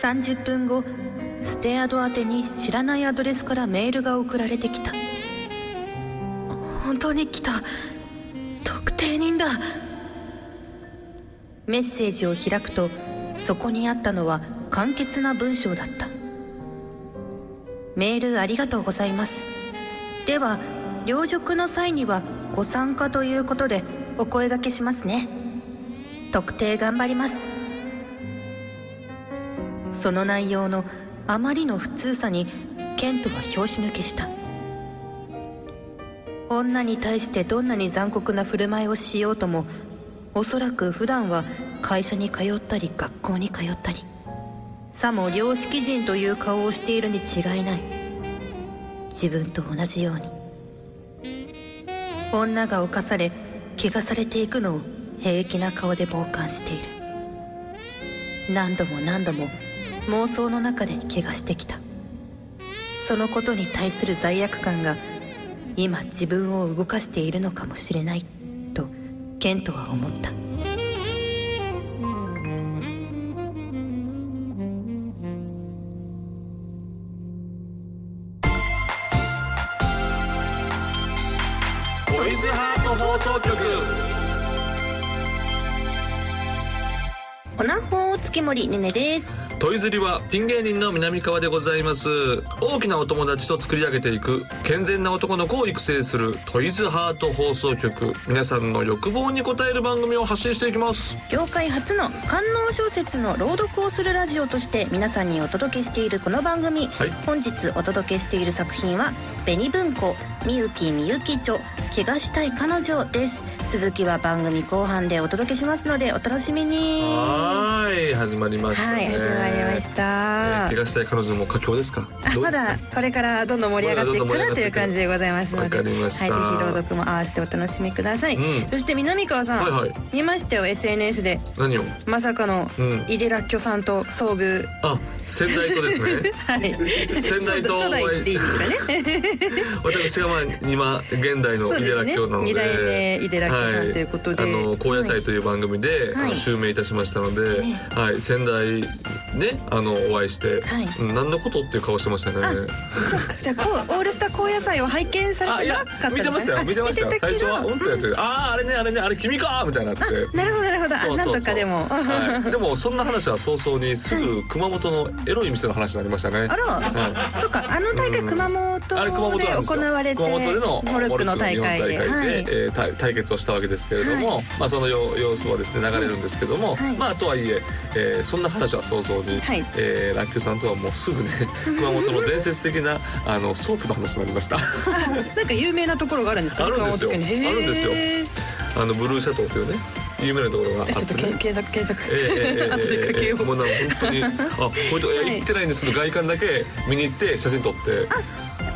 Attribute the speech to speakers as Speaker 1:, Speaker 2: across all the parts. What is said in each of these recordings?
Speaker 1: 30分後ステアド宛てに知らないアドレスからメールが送られてきた本当に来た特定人だメッセージを開くとそこにあったのは簡潔な文章だったメールありがとうございますでは領食の際にはご参加ということでお声がけしますね特定頑張りますその内容のあまりの普通さにケントは拍子抜けした女に対してどんなに残酷な振る舞いをしようともおそらく普段は会社に通ったり学校に通ったりさも良識人という顔をしているに違いない自分と同じように女が犯され汚されていくのを平気な顔で傍観している何度も何度も妄想の中で怪我してきたそのことに対する罪悪感が今自分を動かしているのかもしれないとケントは思った
Speaker 2: トイズハート放送局
Speaker 1: おなほー月森ねねです
Speaker 2: トイズリはピン芸人の南川でございます大きなお友達と作り上げていく健全な男の子を育成するトイズハート放送局皆さんの欲望に応える番組を発信していきます
Speaker 1: 業界初の官能小説の朗読をするラジオとして皆さんにお届けしているこの番組、
Speaker 2: はい
Speaker 1: 本日お届けしている作品は「紅文庫みゆきみゆき著怪我したい彼女」です続きは番組後半でお届けしますのでお楽しみに
Speaker 2: はーい始まりましたね
Speaker 1: はい始まりまし
Speaker 2: えー
Speaker 1: た
Speaker 2: 怪我したい彼女も佳境ですか
Speaker 1: あ
Speaker 2: どう
Speaker 1: まだこれからどんどん盛り上がっていくかなという感じでございますので
Speaker 2: わかりました
Speaker 1: はい、ぜひ朗読も合わせてお楽しみください、
Speaker 2: うん
Speaker 1: そして南川さん、
Speaker 2: はいはい
Speaker 1: 見ましたよ SNS で
Speaker 2: 何を
Speaker 1: まさかの
Speaker 2: うん
Speaker 1: 井出らっきょさんと遭遇、
Speaker 2: あ先代とですね
Speaker 1: はい
Speaker 2: 先代と
Speaker 1: 初代初代っていいですか ね
Speaker 2: 私がまあ今現代の井出らっきょうなので
Speaker 1: そうですね二代目井出らっきょうさんということで
Speaker 2: はい、あの高野菜という番組で、
Speaker 1: はい
Speaker 2: あの襲名いたしましたので、
Speaker 1: ね
Speaker 2: はい、仙台ねあのお会いして、
Speaker 1: はい
Speaker 2: うん何のことっていう顔してましたね
Speaker 1: あそっかじゃあこうオールスター高野菜を拝見さ
Speaker 2: あ
Speaker 1: れ
Speaker 2: い
Speaker 1: てな
Speaker 2: や
Speaker 1: かったん
Speaker 2: 見
Speaker 1: ですね
Speaker 2: てましたよ
Speaker 1: あ
Speaker 2: 見てました
Speaker 1: けど
Speaker 2: 最初は「うん」とやって「あああれねあれねあれ君か!」みたいになって
Speaker 1: あなるほどなるほどあ
Speaker 2: そう
Speaker 1: な
Speaker 2: そ
Speaker 1: ん
Speaker 2: うそう
Speaker 1: とかでも、
Speaker 2: はい、でもそんな話は早々にすぐ熊本のエロい店の話になりました ね
Speaker 1: あら、
Speaker 2: は
Speaker 1: そっかあの大会熊本
Speaker 2: あれ熊本
Speaker 1: で
Speaker 2: なんですよ
Speaker 1: 行われて
Speaker 2: 熊本での
Speaker 1: モルックの大会で
Speaker 2: モルックの日本大
Speaker 1: は
Speaker 2: 会
Speaker 1: い
Speaker 2: でえー対対決をしたわけですけれども、まあ、その様様子はですね流れるんですけども、
Speaker 1: はい
Speaker 2: まあとはいええーそんな話は想像に、
Speaker 1: はい
Speaker 2: えーラッキョさんとはもう すぐね熊本の伝説的なあのソープの話になり ました
Speaker 1: なんか有名なところがあるんですか
Speaker 2: あるんですよ
Speaker 1: 熊本県にへー
Speaker 2: あるんですよあのブルーシャトーというね有名なところがあっ
Speaker 1: えちょっと
Speaker 2: て
Speaker 1: け
Speaker 2: ね
Speaker 1: 検索検索、
Speaker 2: え え
Speaker 1: 後でかけよう、
Speaker 2: もうなんか本当にあこういうとこ
Speaker 1: はい
Speaker 2: え行ってないんですけど外観だけ見に行って写真撮って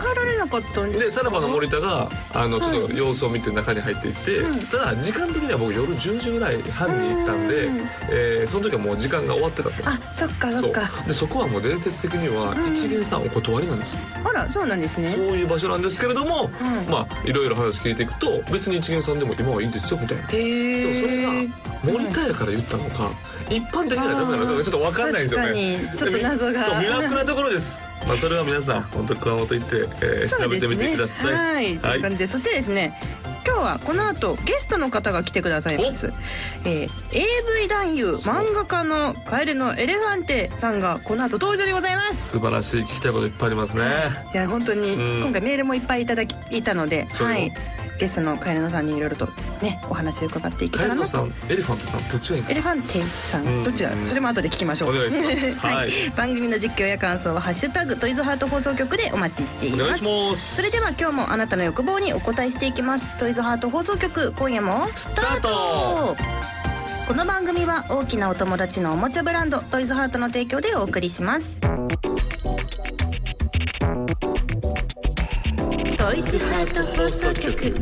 Speaker 1: 帰られなかったんです
Speaker 2: でさらばの森田があのちょっと様子を見て中に入っていって、
Speaker 1: うん
Speaker 2: ただ時間的には僕夜10時ぐらい半に行ったんで
Speaker 1: うん、
Speaker 2: えーその時はもう時間が終わってたんです
Speaker 1: あそっかそっか
Speaker 2: そうでそこはもう伝説的には
Speaker 1: うん
Speaker 2: 一元さんお断りなんですよ、
Speaker 1: あらそうなんですね
Speaker 2: そういう場所なんですけれども、
Speaker 1: ん
Speaker 2: まあいろいろ話聞いていくと別に一元さんでも今はいいんですよみたいな
Speaker 1: へ
Speaker 2: でも
Speaker 1: え
Speaker 2: それが森田やから言ったのか、一般的にはダメなのかがちょっと分かんないんですよね
Speaker 1: 確かにちょっと謎が
Speaker 2: そう魅惑なところです、まあ、それは皆さん本当熊本行って、えー調べてみてください、
Speaker 1: はい、と
Speaker 2: はいいう
Speaker 1: 感じで、そしてですね。今日はこの後ゲストの方が来てくださいます、えー、AV 男優
Speaker 2: そう
Speaker 1: 漫画家のカエルのエレファンテさんがこの後登場でございます
Speaker 2: 素晴らしい聞きたいこといっぱいありますね
Speaker 1: いや本当に
Speaker 2: うん
Speaker 1: 今回メールもいっぱいいただきいたので、
Speaker 2: そう
Speaker 1: はいゲストのカエルのさんにいろいろとねお話を伺っていけ
Speaker 2: カ
Speaker 1: た
Speaker 2: エ
Speaker 1: ら
Speaker 2: ル
Speaker 1: な
Speaker 2: ノ
Speaker 1: と
Speaker 2: さんエレファントさんどっちがいい
Speaker 1: エレファンテさん、
Speaker 2: うん
Speaker 1: どっちらそれも後で聞きましょう
Speaker 2: お願いします
Speaker 1: は
Speaker 2: はいい、
Speaker 1: 番組の実況や感想は「ハッシュタグトイズハート放送局」でお待ちしてい
Speaker 2: お願
Speaker 1: ま
Speaker 2: い
Speaker 1: す
Speaker 2: します
Speaker 1: それでは今日もあなたの欲望にお答えしていきますトイズハート放送局今夜もスタート
Speaker 2: スター
Speaker 1: この番組は大きなお友達のおもちゃブランドトイズハートの提供でお送りしますトイズハート放送局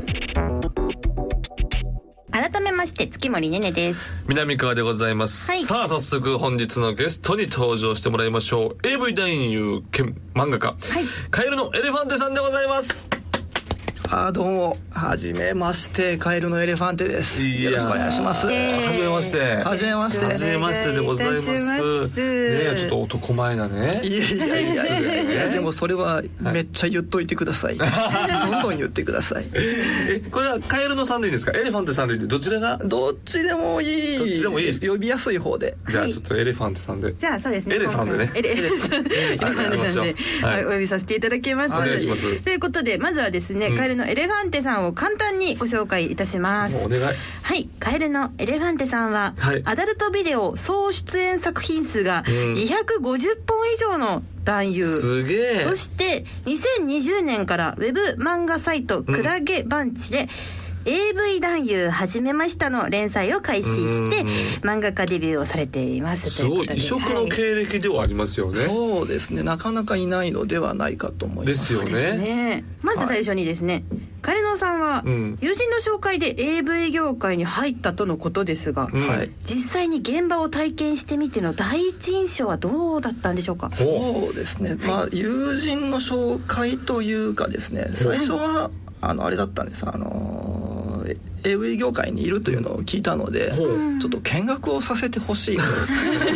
Speaker 1: 改めまして月森ねねです
Speaker 2: 南川でございます、
Speaker 1: はい
Speaker 2: さあ早速本日のゲストに登場してもらいましょう AV 男優兼漫画家、
Speaker 1: はい
Speaker 2: カエルのエレファンテさんでございます
Speaker 3: あーどうもはじめましてカエルのエレファンテです
Speaker 2: いやー
Speaker 3: よろしくお願いします
Speaker 1: イエーイ
Speaker 2: はじめまして
Speaker 3: はじめまして
Speaker 2: はじめましてでございます
Speaker 1: お願いいたします
Speaker 2: ねえちょっと男前だね
Speaker 3: いやいやいやいやいやでもそれはめっちゃ言っといてください、どんどん言ってください
Speaker 2: えこれはカエルの3でいいですかエレファントさんでいいんでどちらが
Speaker 3: どっちでもいい
Speaker 2: どっちでもいいです
Speaker 3: 呼びやすい方で
Speaker 2: じゃあちょっとエレファントさんで
Speaker 1: じゃあそうですね。
Speaker 2: エレさんでね
Speaker 1: エレエレさん、エレ
Speaker 2: さ
Speaker 1: さ
Speaker 2: ん
Speaker 1: ん
Speaker 2: で
Speaker 1: で、
Speaker 2: は
Speaker 1: はいい、お呼びさせていただきます。
Speaker 2: お願いします
Speaker 1: ということでまずはですね、
Speaker 2: うん
Speaker 1: カエルのエレファンテさんを簡単にご紹介いたします。
Speaker 2: もうお願い
Speaker 1: はい、カエルのエレファンテさんは、
Speaker 2: はい
Speaker 1: アダルトビデオ総出演作品数が
Speaker 2: うん
Speaker 1: 250本以上の男優。
Speaker 2: すげえ
Speaker 1: そして2020年からウェブ漫画サイト「クラゲバンチ」で、AV 男優はじめましたの連載を開始して
Speaker 2: うん
Speaker 1: 漫画家デビューをされています
Speaker 2: すごい異色の
Speaker 1: 経
Speaker 2: 経歴ではありますよね、
Speaker 3: そうですねなかなかいないのではないかと思いま
Speaker 2: ですすよ
Speaker 1: です
Speaker 2: ね
Speaker 1: ねまず最初にですね、カレノさんは
Speaker 2: うん
Speaker 1: 友人の紹介で AV 業界に入ったとのことですが、
Speaker 2: うん
Speaker 3: はい
Speaker 1: 実際に現場を体験してみての第一印象はどうだったんでしょうか
Speaker 3: そうですねまあ友人の紹介というかですね最初はあのあれだったんですあのえ AV 業界にいるというのを聞いたので
Speaker 2: ほう
Speaker 3: ちょっと見学をさせてほし いと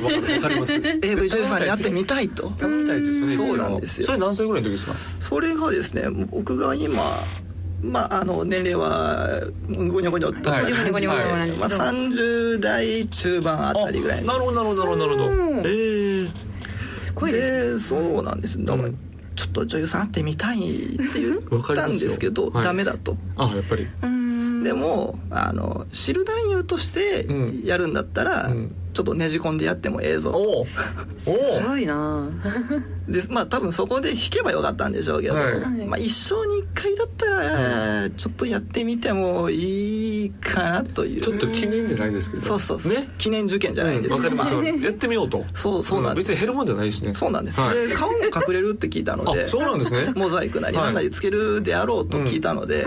Speaker 2: わかるわか ります
Speaker 3: AV 女優さんに会ってみたいと
Speaker 2: 頼みたいですよね一応
Speaker 3: そうなんですよ
Speaker 2: それ何歳ぐらいの時ですか
Speaker 3: それがですね僕が今まあ、あの年齢はごにょごにょっとそういう感じで、
Speaker 1: はいごにょごにょなんですけど
Speaker 3: まあ、30代中盤あたりぐらいの
Speaker 2: なるほどなるほどなるほど
Speaker 1: そう
Speaker 2: えー、
Speaker 1: すごいですね
Speaker 3: でそうなんですだから、
Speaker 2: うん
Speaker 3: ちょっと女優さん会ってみたいって言
Speaker 2: わかり
Speaker 3: った
Speaker 2: ま
Speaker 3: ん
Speaker 2: す
Speaker 3: で
Speaker 2: よ
Speaker 3: すけど
Speaker 2: はい
Speaker 3: ダメだと、
Speaker 2: あやっぱり
Speaker 1: うーん
Speaker 3: でもあの知る男優として
Speaker 2: うん
Speaker 3: やるんだったら、
Speaker 2: うん
Speaker 3: ちょっとねじ込んでやってもええ
Speaker 2: お
Speaker 3: ぞ
Speaker 2: お お
Speaker 1: すご いな
Speaker 3: でまあ多分そこで弾けばよかったんでしょうけど、
Speaker 2: はい
Speaker 3: まあ、一生に一回だったらちょっとやってみてもいいかなという
Speaker 2: ちょっと記念じゃないですけど
Speaker 3: そうそうそう、
Speaker 2: ね
Speaker 3: 記念受験じゃないんです
Speaker 2: わかります
Speaker 3: ま
Speaker 2: よ やってみようと
Speaker 3: あそうそうなんです、
Speaker 2: 別に減るもんじゃないしね
Speaker 3: そうなんです、
Speaker 2: はい
Speaker 3: で顔も隠れるって聞いたの
Speaker 2: あ
Speaker 3: で
Speaker 2: そうなんですね
Speaker 3: モザイクなり
Speaker 2: はい
Speaker 3: なんなりつけるであろうと聞いたので、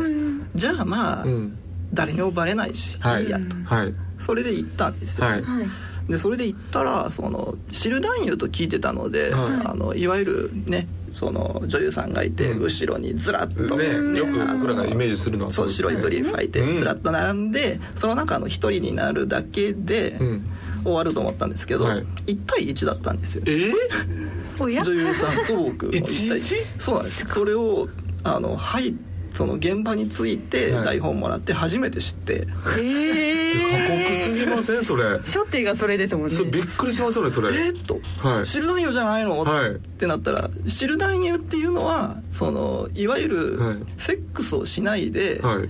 Speaker 3: じゃあまあ、
Speaker 2: うん
Speaker 3: 誰にもバレないし、、
Speaker 2: はいい
Speaker 3: いやと
Speaker 2: はい
Speaker 3: それで行ったんですよ、
Speaker 2: はい
Speaker 1: はい
Speaker 3: でそれで行ったらその知る男優と聞いてたので、
Speaker 2: はい
Speaker 3: い、あのいわゆるねその女優さんがいて、
Speaker 2: うん
Speaker 3: 後ろにずらっと、
Speaker 2: ねよく
Speaker 3: あの
Speaker 2: 僕らがイメージするのは
Speaker 3: そう白いブリーフ履いて
Speaker 2: うん
Speaker 3: ずらっと並んで、その中の一人になるだけで、
Speaker 2: うん
Speaker 3: 終わると思ったんですけど、
Speaker 2: はい
Speaker 3: 1対1だったんですよ
Speaker 2: えー、
Speaker 1: おや
Speaker 3: 女優さんと僕の
Speaker 2: 一 対一
Speaker 3: そうなんですそれをあのはいその現場について
Speaker 2: はい
Speaker 3: 台本もらって初めて知って、
Speaker 2: 過
Speaker 1: え
Speaker 2: 酷すぎませんそれ
Speaker 1: 初手がそれですもんね
Speaker 2: それびっくりしますよねそれ
Speaker 3: えーっと、
Speaker 2: はい
Speaker 3: 知る男優じゃないの、
Speaker 2: はい
Speaker 3: ってなったら知る男優っていうのはそのいわゆる
Speaker 2: はい
Speaker 3: セックスをしないで、
Speaker 2: はい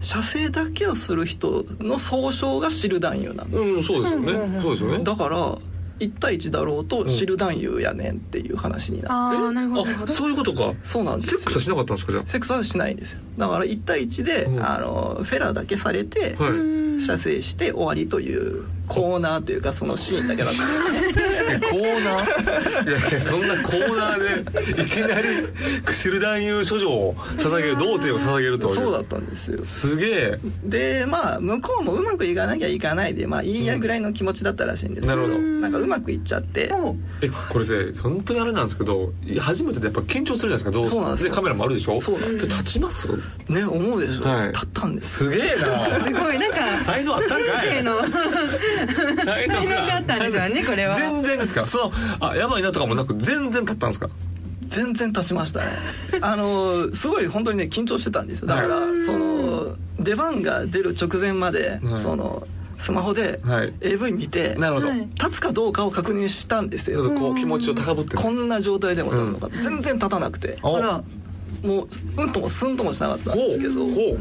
Speaker 3: 射精だけをする人の総称が知る男優なんだ、
Speaker 2: うんそうですよね、そうですよね
Speaker 3: だから1対1だろうと
Speaker 2: ん
Speaker 3: 知る男優やねんっていう話になっ
Speaker 1: あ
Speaker 2: え
Speaker 1: あなるほどなるほ
Speaker 2: あ
Speaker 1: ど
Speaker 2: そういうことか
Speaker 3: て、そうなんです
Speaker 2: セ
Speaker 3: よ
Speaker 2: ックスはしなかったんですかじゃ
Speaker 3: セックスはしないんですよだから1対1で、
Speaker 2: うん
Speaker 3: あのフェラーだけされて、
Speaker 2: あはい、
Speaker 3: 射精して終わりというコーナーというかそのシーンだけだったんです
Speaker 2: コーナーいやいやそんなコーナーでいきなりクシル男優処女を捧げる童貞を捧げるという
Speaker 3: そうだったんですよ
Speaker 2: すげえ
Speaker 3: でまあ向こうもうまくいかなきゃいかないでまあいいやぐらいの気持ちだったらしいんですけ
Speaker 2: なるほど
Speaker 3: なんかうまくいっちゃって
Speaker 1: お
Speaker 2: えこれね本当にあれなんですけど初めてでやっぱ緊張するじゃないですかどう
Speaker 3: そうなんですよ
Speaker 2: カメラもあるでしょ
Speaker 3: そうなんです
Speaker 2: それ立ちます
Speaker 3: ね思うでしょ、
Speaker 2: はい
Speaker 3: 立ったんです
Speaker 2: すげえな
Speaker 1: す ごいなんか
Speaker 2: 才能あったんか
Speaker 1: せー
Speaker 2: い
Speaker 1: の才
Speaker 2: 才
Speaker 1: 能があったんですよねこれは
Speaker 2: 全然ですかそのあやばいなとかもなく全然立ったんですか
Speaker 3: 全然立ちましたね あのすごい本当にね緊張してたんですよだから、
Speaker 2: はい
Speaker 3: その出番が出る直前まで、
Speaker 2: はい
Speaker 3: そのスマホで
Speaker 2: はい
Speaker 3: AV 見て、
Speaker 2: なるほど、
Speaker 1: はい
Speaker 3: 立つかどうかを確認したんです
Speaker 2: ちょっ
Speaker 3: よ
Speaker 2: とこう気持ちを高ぶって
Speaker 3: こんな状態でも立つのか、全然立たなくて
Speaker 2: お
Speaker 1: ほら
Speaker 3: もううんともすんともしなかったん
Speaker 2: ほ
Speaker 3: ですけど
Speaker 2: うほ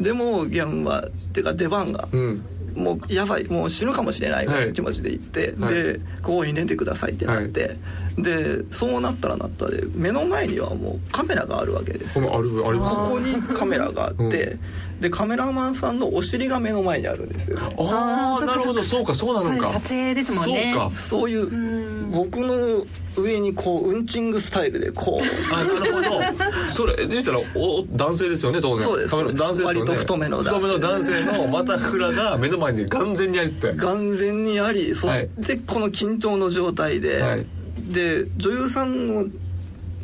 Speaker 3: でも現場っていうか出番が
Speaker 2: ううん
Speaker 3: もうやばいもう死ぬかもしれないみたいな気持ちで行って、
Speaker 2: はい
Speaker 3: でこうに出てくださいってなって、でそうなったらなったで目の前にはもうカメラがあるわけです
Speaker 2: こ
Speaker 3: よ
Speaker 2: のあるあります
Speaker 3: そこにカメラがあって、
Speaker 2: うん
Speaker 3: でカメラマンさんのお尻が目の前にあるんですよね
Speaker 2: あ
Speaker 1: あ
Speaker 2: あ
Speaker 1: ー
Speaker 2: なるほどそうかそうなのか
Speaker 1: そうです撮影ですもんね
Speaker 2: そうか
Speaker 3: そういう僕の上にこううんちんぐスタイルでこう
Speaker 2: あな るほどそれで言ったらお男性ですよね当然
Speaker 3: そうです
Speaker 2: カメラ男性ですよね
Speaker 3: 割と太めの男性
Speaker 2: 太めの男性のまたふらが目の前に完全にあり って
Speaker 3: 眼前にありそしてこの緊張の状態で、
Speaker 2: はい
Speaker 3: で女優さんを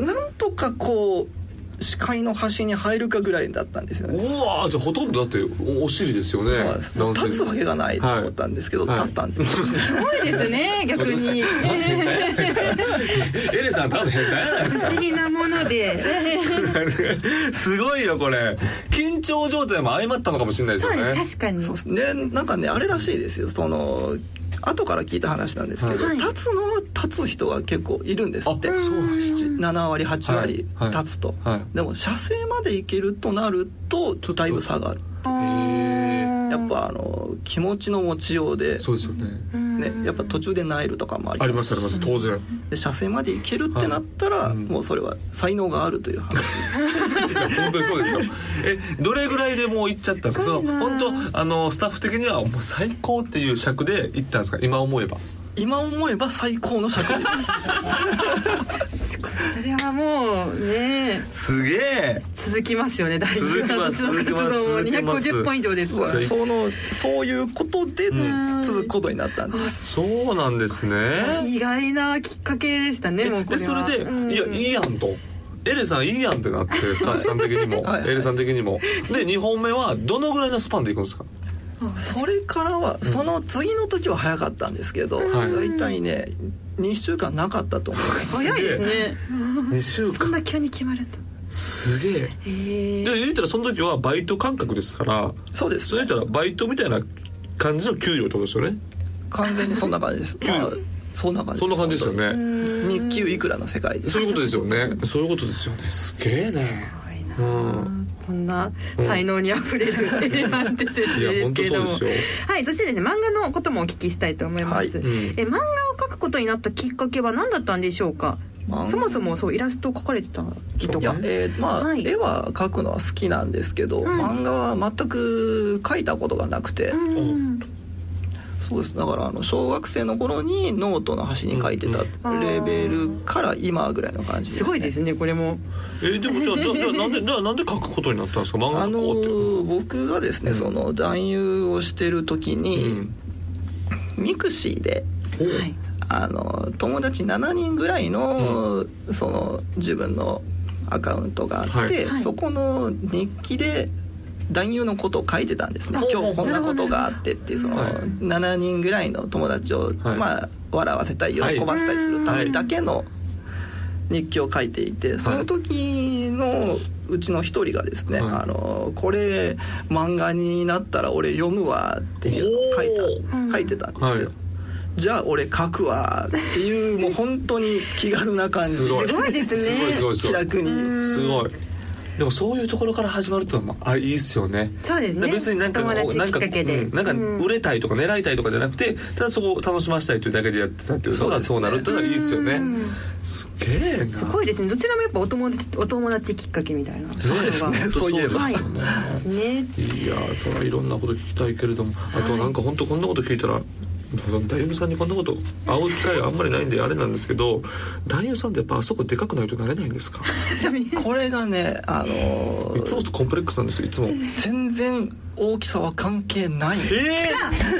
Speaker 3: なんとかこう視界の端に入るかぐらいだったんですよね
Speaker 2: うわーじゃあほとんどだっておお尻ですよね
Speaker 3: そうなんですもう立つわけがないと思ったんですけど、
Speaker 2: はい
Speaker 3: 立ったんで す、
Speaker 1: すごいですね逆に
Speaker 2: 変態やないですかエレさん多分変態やないですか
Speaker 1: 不思議なもの で
Speaker 2: すごいよこれ緊張状態も相まったのかもしれないです
Speaker 1: そう
Speaker 2: よ
Speaker 1: で
Speaker 2: ね
Speaker 1: す確かに
Speaker 3: そうですねなんかねあれらしいですよその後から聞いた話なんですけど、
Speaker 2: はい
Speaker 3: 立つのは立つ人が結構いるんですって
Speaker 2: あそうなんです
Speaker 3: 7割8割
Speaker 2: はいはい
Speaker 3: 立つと、
Speaker 2: はい
Speaker 3: でも射精まで行けるとなる
Speaker 2: ちょっ
Speaker 3: と
Speaker 2: と
Speaker 3: だいぶ差がある
Speaker 1: あー
Speaker 3: やっぱあの気持ちの持ちようで
Speaker 2: そうですよね
Speaker 1: うん
Speaker 3: ね、やっぱ途中でナイルとかもあ
Speaker 2: あり
Speaker 3: りま
Speaker 2: ますすあります当然
Speaker 3: で射精まで行けるってなったら、
Speaker 2: はいうん
Speaker 3: もうそれは才能があるという話
Speaker 2: いや本当にそうですよえどれぐらいでもう行っちゃったんですか
Speaker 1: す
Speaker 2: そ
Speaker 1: ごい
Speaker 2: の
Speaker 1: な
Speaker 2: 本当あのスタッフ的にはもう最高っていう尺で行ったんですか今思えば
Speaker 3: 今思えば最高の尺です
Speaker 1: それはもうね
Speaker 2: すげえ
Speaker 1: 続きますよね大
Speaker 2: 続
Speaker 1: 丈
Speaker 2: き
Speaker 1: さん
Speaker 2: ま
Speaker 1: の
Speaker 2: す
Speaker 1: その活動も
Speaker 2: 続きます
Speaker 1: 250本以上ですから
Speaker 2: そう
Speaker 3: そのそういうことで
Speaker 2: うん
Speaker 3: 続くことになったんです、
Speaker 2: そうなんですね
Speaker 1: 意外なきっかけでしたねもう
Speaker 2: え
Speaker 1: これ
Speaker 2: でそれ
Speaker 1: は
Speaker 2: で
Speaker 1: う
Speaker 2: 「
Speaker 1: ん
Speaker 2: いやいいやん」と。エレさんいいやんってなってスタッフさん的にも
Speaker 3: はいはい
Speaker 2: エレさん的にもで2本目はどのぐらいのスパンでいくんですか
Speaker 3: それからはその次の時は早かったんですけど、
Speaker 2: はい
Speaker 3: 大体ね2週間なかったと思います
Speaker 1: 早いですね
Speaker 2: 2週
Speaker 1: こん
Speaker 2: 間
Speaker 1: な急に決まると
Speaker 2: すげえ
Speaker 1: へー
Speaker 2: で言うたらその時はバイト感覚ですから
Speaker 3: そうです
Speaker 2: それ言ったらバイトみたいな感じの給料ってことですよね
Speaker 3: 完全にそんな感じです、まあ、そんな感じ
Speaker 2: そんな感じですよね
Speaker 3: 日給いくらの世界で
Speaker 2: そういうことですよねそういうことですよねすげえねうん
Speaker 1: そんな才能にあふれるエレファンテ設定ですけれど
Speaker 2: いや本当
Speaker 1: も
Speaker 2: そうです
Speaker 1: はいそしてですね漫画のこともお聞きしたいと思います、
Speaker 3: はい
Speaker 1: え
Speaker 3: うん
Speaker 1: 漫画を描くことになったきっかけは何だったんでしょうか
Speaker 3: 漫画
Speaker 1: そもそもそうイラストを描かれてた時と
Speaker 3: い
Speaker 1: か
Speaker 3: やえーまあ、
Speaker 1: はい
Speaker 3: 絵は描くのは好きなんですけど、
Speaker 1: ん
Speaker 3: 漫画は全く描いたことがなくて、
Speaker 1: うん
Speaker 3: そうですだからあの小学生の頃にノートの端に書いてた
Speaker 1: うん
Speaker 3: レベルから今ぐらいの感じです、ね、
Speaker 1: すごいですねこれも
Speaker 2: えでもじゃあじゃあじゃあなん でじゃあなんで書くことになったんですか漫画
Speaker 3: あ
Speaker 2: 書
Speaker 3: の
Speaker 2: こうって
Speaker 3: ー僕がですね、
Speaker 2: うん
Speaker 3: その男優をしてる時に、
Speaker 2: うん
Speaker 3: ミクシーで
Speaker 2: お
Speaker 1: はい
Speaker 3: あの友達7人ぐらいの、その自分のアカウントがあって、
Speaker 1: はい
Speaker 3: そこの日記で男優のことを書いてたんですね、
Speaker 2: はい
Speaker 3: 今日こんなことがあってってその
Speaker 2: はい
Speaker 3: 7人ぐらいの友達を、
Speaker 2: はい
Speaker 3: まあ笑わせたり
Speaker 2: はい
Speaker 3: 喜ばせたりするためだけの日記を書いていて、その時のうちの一人がですね、
Speaker 2: はい
Speaker 3: あのこれ漫画になったら俺読むわっていうのを書いた
Speaker 2: お
Speaker 1: ー
Speaker 3: 書いてたんですよ。
Speaker 2: はい
Speaker 3: じゃあ俺書くわっていうもう本当に気軽な感じ
Speaker 2: すごい
Speaker 1: すごいですね
Speaker 2: すごいすごいすご
Speaker 3: 気
Speaker 2: い
Speaker 3: 楽に
Speaker 2: すごいでもそういうところから始まるってのもあれいいっすよね
Speaker 1: そうですね
Speaker 2: 別になんか
Speaker 1: 友達
Speaker 2: なんか
Speaker 1: きっかけで
Speaker 2: うんなんか
Speaker 1: うん
Speaker 2: 売れたいとか狙いたいとかじゃなくてただそこを楽しませたいというだけでやってたっていうのがそ
Speaker 3: そううで
Speaker 2: な
Speaker 3: すね
Speaker 2: るってのがいいっすよね
Speaker 1: うん
Speaker 2: すげえな
Speaker 1: すごいですねどちらもやっぱお友達お友達きっかけみたいな
Speaker 3: そうですねそういえば
Speaker 1: はいね
Speaker 2: いやーそれはいろんなこと聞きたいけれどもあとはなんか本当こんなこと聞いたら男優さんにこんなこと会う機会があんまりないんであれなんですけど男優さんってやっぱあそこでかくないとなれないん ですか
Speaker 3: これがねあの
Speaker 2: いつもコンプレックスなんですよいつも
Speaker 3: 全然大きさは関係ない
Speaker 2: ええ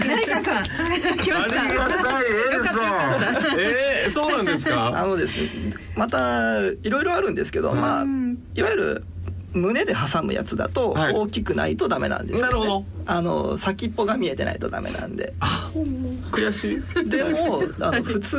Speaker 1: 誰か さん来ま
Speaker 2: あ
Speaker 1: し
Speaker 2: り
Speaker 1: た
Speaker 2: がたいエルさんえー、そうなんです
Speaker 3: あ
Speaker 2: か
Speaker 3: のですねまたいろいろあるんですけど、まあいわゆる胸で挟むやつだと
Speaker 2: はい
Speaker 3: 大きくないとダメなんですよね、
Speaker 2: なるほど
Speaker 3: あの先っぽが見えてないとダメなんで
Speaker 2: 悔しい
Speaker 3: でもあの普通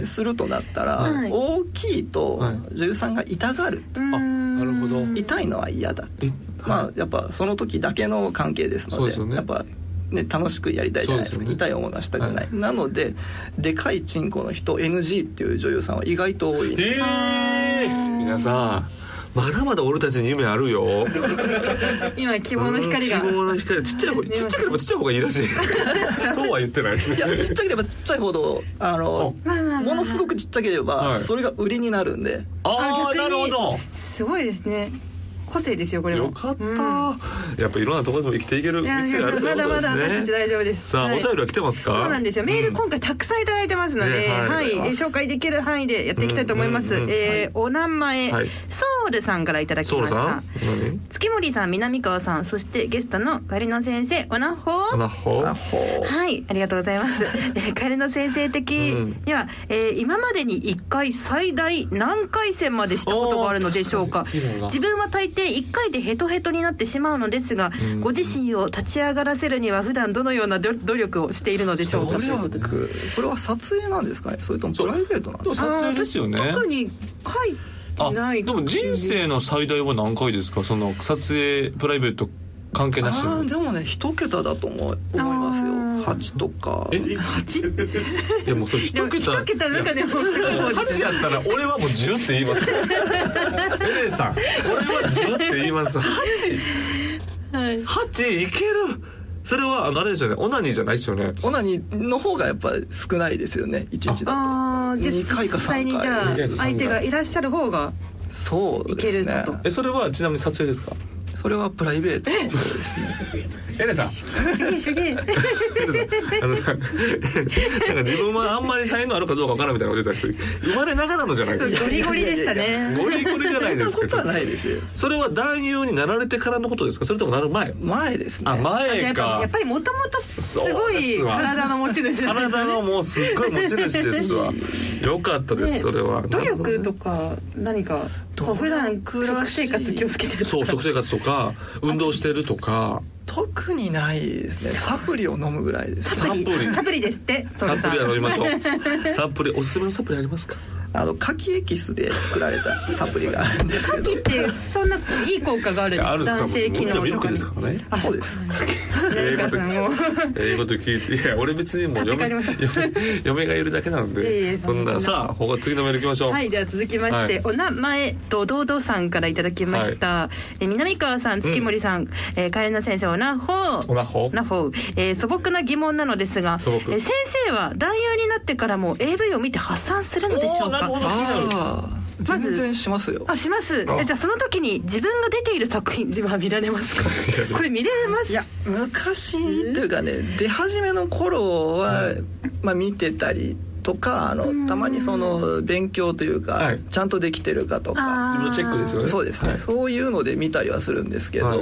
Speaker 3: にするとなったら、
Speaker 2: はい
Speaker 3: 大きいと
Speaker 2: はい
Speaker 3: 女優さんが痛がる
Speaker 1: うん
Speaker 2: あなるほど
Speaker 3: 痛いのは嫌だ
Speaker 2: え
Speaker 3: まあやっぱその時だけの関係です
Speaker 2: そう
Speaker 3: の
Speaker 2: で
Speaker 3: です
Speaker 2: よね
Speaker 3: やっぱね楽しくやりたいじゃないです
Speaker 2: そう
Speaker 3: か
Speaker 2: ですよね
Speaker 3: 痛い思いはしたくない、
Speaker 2: はい
Speaker 3: なのででかいチンコの人 NG っていう女優さんは意外と多い
Speaker 2: ええー、皆さんまだまだ俺たちに夢あるよ
Speaker 1: 今希望の光が
Speaker 2: 希望の光ちっちゃい方ちっちゃければちっちゃい方がいいらしいそうは言ってない
Speaker 3: いやちっちゃければちっちゃいほどあの
Speaker 1: まあまあまあ
Speaker 3: ものすごくちっちゃけれ
Speaker 2: は
Speaker 3: ば
Speaker 2: い
Speaker 3: それが売りになるんで
Speaker 2: あ
Speaker 1: 逆
Speaker 2: あ
Speaker 1: に
Speaker 2: なるほど
Speaker 1: すごいですね個性ですよこれは
Speaker 2: よかった、
Speaker 1: うん
Speaker 2: やっぱいろんなところでも生きていける
Speaker 1: い
Speaker 2: 道があ
Speaker 1: や
Speaker 2: る
Speaker 1: い
Speaker 2: と
Speaker 1: や
Speaker 2: いうことですね
Speaker 1: まだまだ私たち大丈夫です
Speaker 2: さあ、
Speaker 1: はい
Speaker 2: お便りは来てますか
Speaker 1: そうなんですよ。メール今回たくさんいただいてますので、
Speaker 2: ねはい
Speaker 1: はい、えー紹介できる範囲でやっていきたいと思います。
Speaker 2: うんうんうん
Speaker 1: えーお名前、
Speaker 2: はい
Speaker 1: ソウルさんからいただき
Speaker 2: ソウ
Speaker 1: ま
Speaker 2: ル
Speaker 1: し
Speaker 2: さ
Speaker 1: た
Speaker 2: ん。何
Speaker 1: 月森さん、南川さん、そしてゲストのガリノ先生、オナホ
Speaker 2: アナホ
Speaker 3: あほう
Speaker 1: はい、ありがとうございます。えーカエルの先生的には、えー今までに1回最大何回戦までしたことがあるのでしょう
Speaker 2: あ
Speaker 1: か
Speaker 2: ー確かに
Speaker 1: 自分は大抵1回でヘトヘトになってしまうのですが、
Speaker 2: ん
Speaker 1: ご自身を立ち上がらせるには普段どのような努努力をしているのでしょうか
Speaker 3: 努力それは撮影なんですかねそれともプライベートなん
Speaker 2: で
Speaker 3: で
Speaker 2: も
Speaker 3: す
Speaker 2: 撮影ですよね
Speaker 1: あー特に書い
Speaker 2: あ
Speaker 1: てない
Speaker 2: でも人生の最大は何回ですかその撮影プライベート関係
Speaker 3: か
Speaker 2: なし
Speaker 3: あー
Speaker 2: に
Speaker 3: でもね一桁だと思う思いますよ八とか
Speaker 2: え八？いやもうそれ一
Speaker 1: でも
Speaker 2: 桁
Speaker 1: 一桁の中でもすごい方です
Speaker 2: 八やったら俺はもう十って言います。エレンさん、俺は十って言います。八、
Speaker 1: はい
Speaker 2: 八いける。それはあのあれですよね。オナニーじゃないですよね。
Speaker 3: オナニーの方がやっぱ少ないですよね一日だ
Speaker 1: あーじゃあ
Speaker 3: 二回か
Speaker 1: 実際にじゃ
Speaker 2: 三回
Speaker 1: あ
Speaker 2: 二回か三回
Speaker 1: 相手がいらっしゃる方が
Speaker 3: とそう
Speaker 1: いけ
Speaker 3: で
Speaker 1: る
Speaker 3: す
Speaker 1: ぞ
Speaker 3: ね
Speaker 1: と
Speaker 2: えそれはちなみに撮影ですか。
Speaker 3: それはプライベートですね
Speaker 2: エレンさん、
Speaker 1: 主義
Speaker 2: エレンさん、 あのなんか自分はあんまり才能あるかどうかわからんみたいなこと言ってたし、生まれながらのじゃないですか。
Speaker 1: ゴリゴリでした
Speaker 3: いやい
Speaker 1: ね
Speaker 2: ゴリゴリじゃないです
Speaker 3: そん
Speaker 2: か。
Speaker 3: なことはないですよ
Speaker 2: それは男優になられてからのことですか。それともなる前。
Speaker 3: 前ですね
Speaker 2: あ
Speaker 1: や
Speaker 2: 前
Speaker 1: っぱ
Speaker 2: か
Speaker 1: やっ。ぱりもともとすご
Speaker 2: そうです
Speaker 1: い
Speaker 2: わ
Speaker 1: 体の持ち主なんです
Speaker 2: 体
Speaker 1: ね
Speaker 2: のもうすっごい持ち主です わ。よかったです、
Speaker 1: ね
Speaker 2: それは。
Speaker 1: 努力とか何かこう普段食生活気をつけてる
Speaker 2: そう食生活とか運動してるとか
Speaker 3: 特にないですねサプリを飲むぐらいです
Speaker 2: サプリ
Speaker 1: サプリですって
Speaker 2: サプリは飲みましょ
Speaker 1: う
Speaker 2: うサプリおすすめのサプリありますか
Speaker 3: あのカキエキスで作られたサプリがあるんですけど
Speaker 1: ってそんないい効果がある
Speaker 2: あるんですか
Speaker 1: 男性機能
Speaker 2: ミ
Speaker 1: と
Speaker 2: ル
Speaker 1: か
Speaker 2: クで
Speaker 1: に
Speaker 2: すからね
Speaker 3: そうです
Speaker 2: 英語と
Speaker 1: もう
Speaker 2: 英語と聞いていや俺別にもう嫁
Speaker 1: 買って帰りま
Speaker 2: 嫁嫁がいるだけなん
Speaker 1: いえいえ
Speaker 2: でそん
Speaker 1: そん
Speaker 2: な
Speaker 1: な
Speaker 2: さあ他次のメール行きましょう
Speaker 1: はいでは続きまして、
Speaker 2: はい
Speaker 1: お名前ドドドさんからいただきました、え南川さん月森さん、えー、カエルナ先生おなほ
Speaker 2: オナホ
Speaker 1: なほう、えー素朴な疑問なのですが、え
Speaker 2: 素朴
Speaker 1: ー先生は男優になってからも AV を見て発散するのでしょう
Speaker 2: おーなるほ
Speaker 1: か
Speaker 2: ど
Speaker 3: ああ
Speaker 1: ま
Speaker 3: 全
Speaker 1: ず
Speaker 3: 然しますよ
Speaker 1: あします
Speaker 2: あ
Speaker 1: えじゃあその時に自分が出ている作品では見られ ますかこれ見れます
Speaker 3: いや昔っていうかね出始めの頃は、まあ、見てたりとかあのたまにその勉強というか、
Speaker 2: はい
Speaker 3: ちゃんとできてるかとか
Speaker 1: あ
Speaker 2: 自分のチェックですよね
Speaker 3: そうですね、
Speaker 2: はい
Speaker 3: そういうので見たりはするんですけど、、
Speaker 2: はい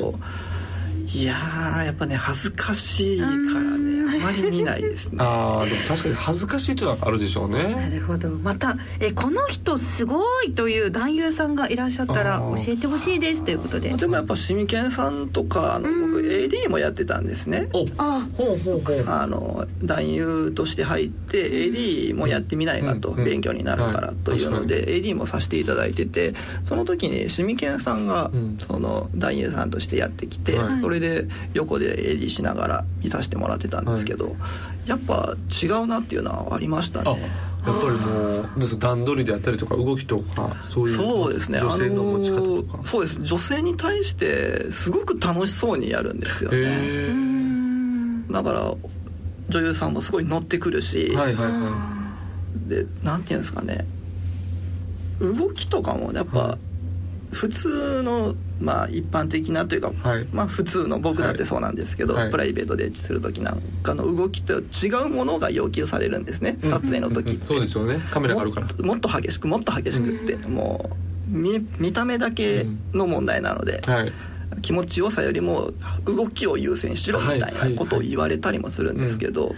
Speaker 3: やーやっぱね恥ずかしいからねあまり見ないです ね
Speaker 2: ああでも確かに恥ずかしいというのはあるでしょう
Speaker 1: な
Speaker 2: ね
Speaker 1: るほどまたえこの人すごいという男優さんがいらっしゃったら
Speaker 2: あー
Speaker 1: 教えてほしいですということで
Speaker 3: でもやっぱシミケンさんとかあの僕 AD もやってたんですね
Speaker 2: お
Speaker 1: あ
Speaker 2: ほうほうほう
Speaker 3: あの男優として入って AD もやってみないかと、
Speaker 2: うんうん
Speaker 3: 勉強になるから
Speaker 2: はい
Speaker 3: というので、AD もさせていただいててその時にシミケンさんが
Speaker 2: うん
Speaker 3: その男優さんとしてやってきて、
Speaker 2: はい
Speaker 3: それで横で AD しながら見させてもらってたんですけど、やっぱ違うなっていうのはありました
Speaker 2: あ
Speaker 3: ね。
Speaker 2: やっぱりもうどうぞ段取りであったりとか動きとかそういう
Speaker 3: そうですね
Speaker 2: 女性の持ち方と
Speaker 3: あ
Speaker 2: か
Speaker 3: のそうです女性に対してすごく楽しそうにやるんですよ
Speaker 2: へ
Speaker 3: ね
Speaker 1: うー
Speaker 2: え
Speaker 1: ん
Speaker 3: だから女優さんもすごい乗ってくるし、
Speaker 2: はいはいはい
Speaker 3: でなんていうんですかね動きとかもやっ
Speaker 2: は
Speaker 3: ぱ普通のまあ一般的なというか、
Speaker 2: はい
Speaker 3: まあ普通の僕だってそうなんですけど、
Speaker 2: はい
Speaker 3: プライベートでエッチする時なんかの動きと違うものが要求されるんですね、撮影の時って、
Speaker 2: そうですよねカメラがあるから
Speaker 3: もっともっと激しくもっと激しくって、もう見見た目だけの問題なので、
Speaker 2: はい
Speaker 3: 気持ちよさよりも動きを優先しろみたいなことを言われたりもするんですけど、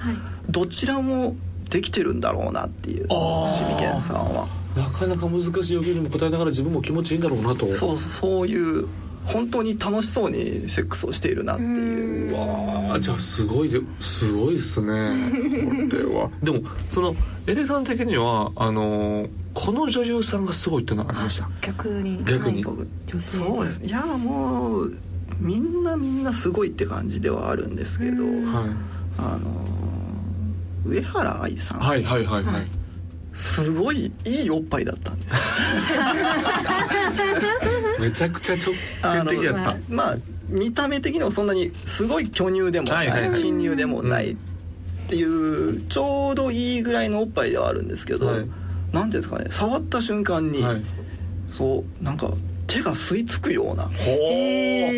Speaker 3: どちらもできてるんだろうなっていうシ
Speaker 2: あー
Speaker 3: ミケンさんは
Speaker 2: なかなか難しい要求にも答えながら自分も気持ちいいんだろうなと
Speaker 3: そうそういう本当に楽しそうにセックスをしているなっていう
Speaker 2: わあじゃあすごいですごいっすねこれはでもそのエレさん的にはあのーこの女優さんがすごいってのはありました
Speaker 1: 逆に
Speaker 2: 逆に
Speaker 1: はい
Speaker 3: 僕
Speaker 1: 女性
Speaker 3: そうですいやもうみんなみんなすごいって感じではあるんですけど、
Speaker 1: うん
Speaker 2: はい
Speaker 3: あのー上原愛さん、
Speaker 2: はいはいはいはい
Speaker 3: すごいいいおっぱいだったんですよ
Speaker 2: めちゃくちゃ直
Speaker 3: あ
Speaker 2: 線
Speaker 3: の
Speaker 2: 的やった
Speaker 3: まあ見た目的にもそんなにすごい巨乳でもない
Speaker 2: はいはいはい
Speaker 3: 貧乳でもないっていうちょうどいいぐらいのおっぱいではあるんですけど、
Speaker 2: はい
Speaker 3: なんですかね触った瞬間に、
Speaker 2: はい
Speaker 3: そうなんか手が吸い付くような
Speaker 2: ほ
Speaker 1: へ
Speaker 2: う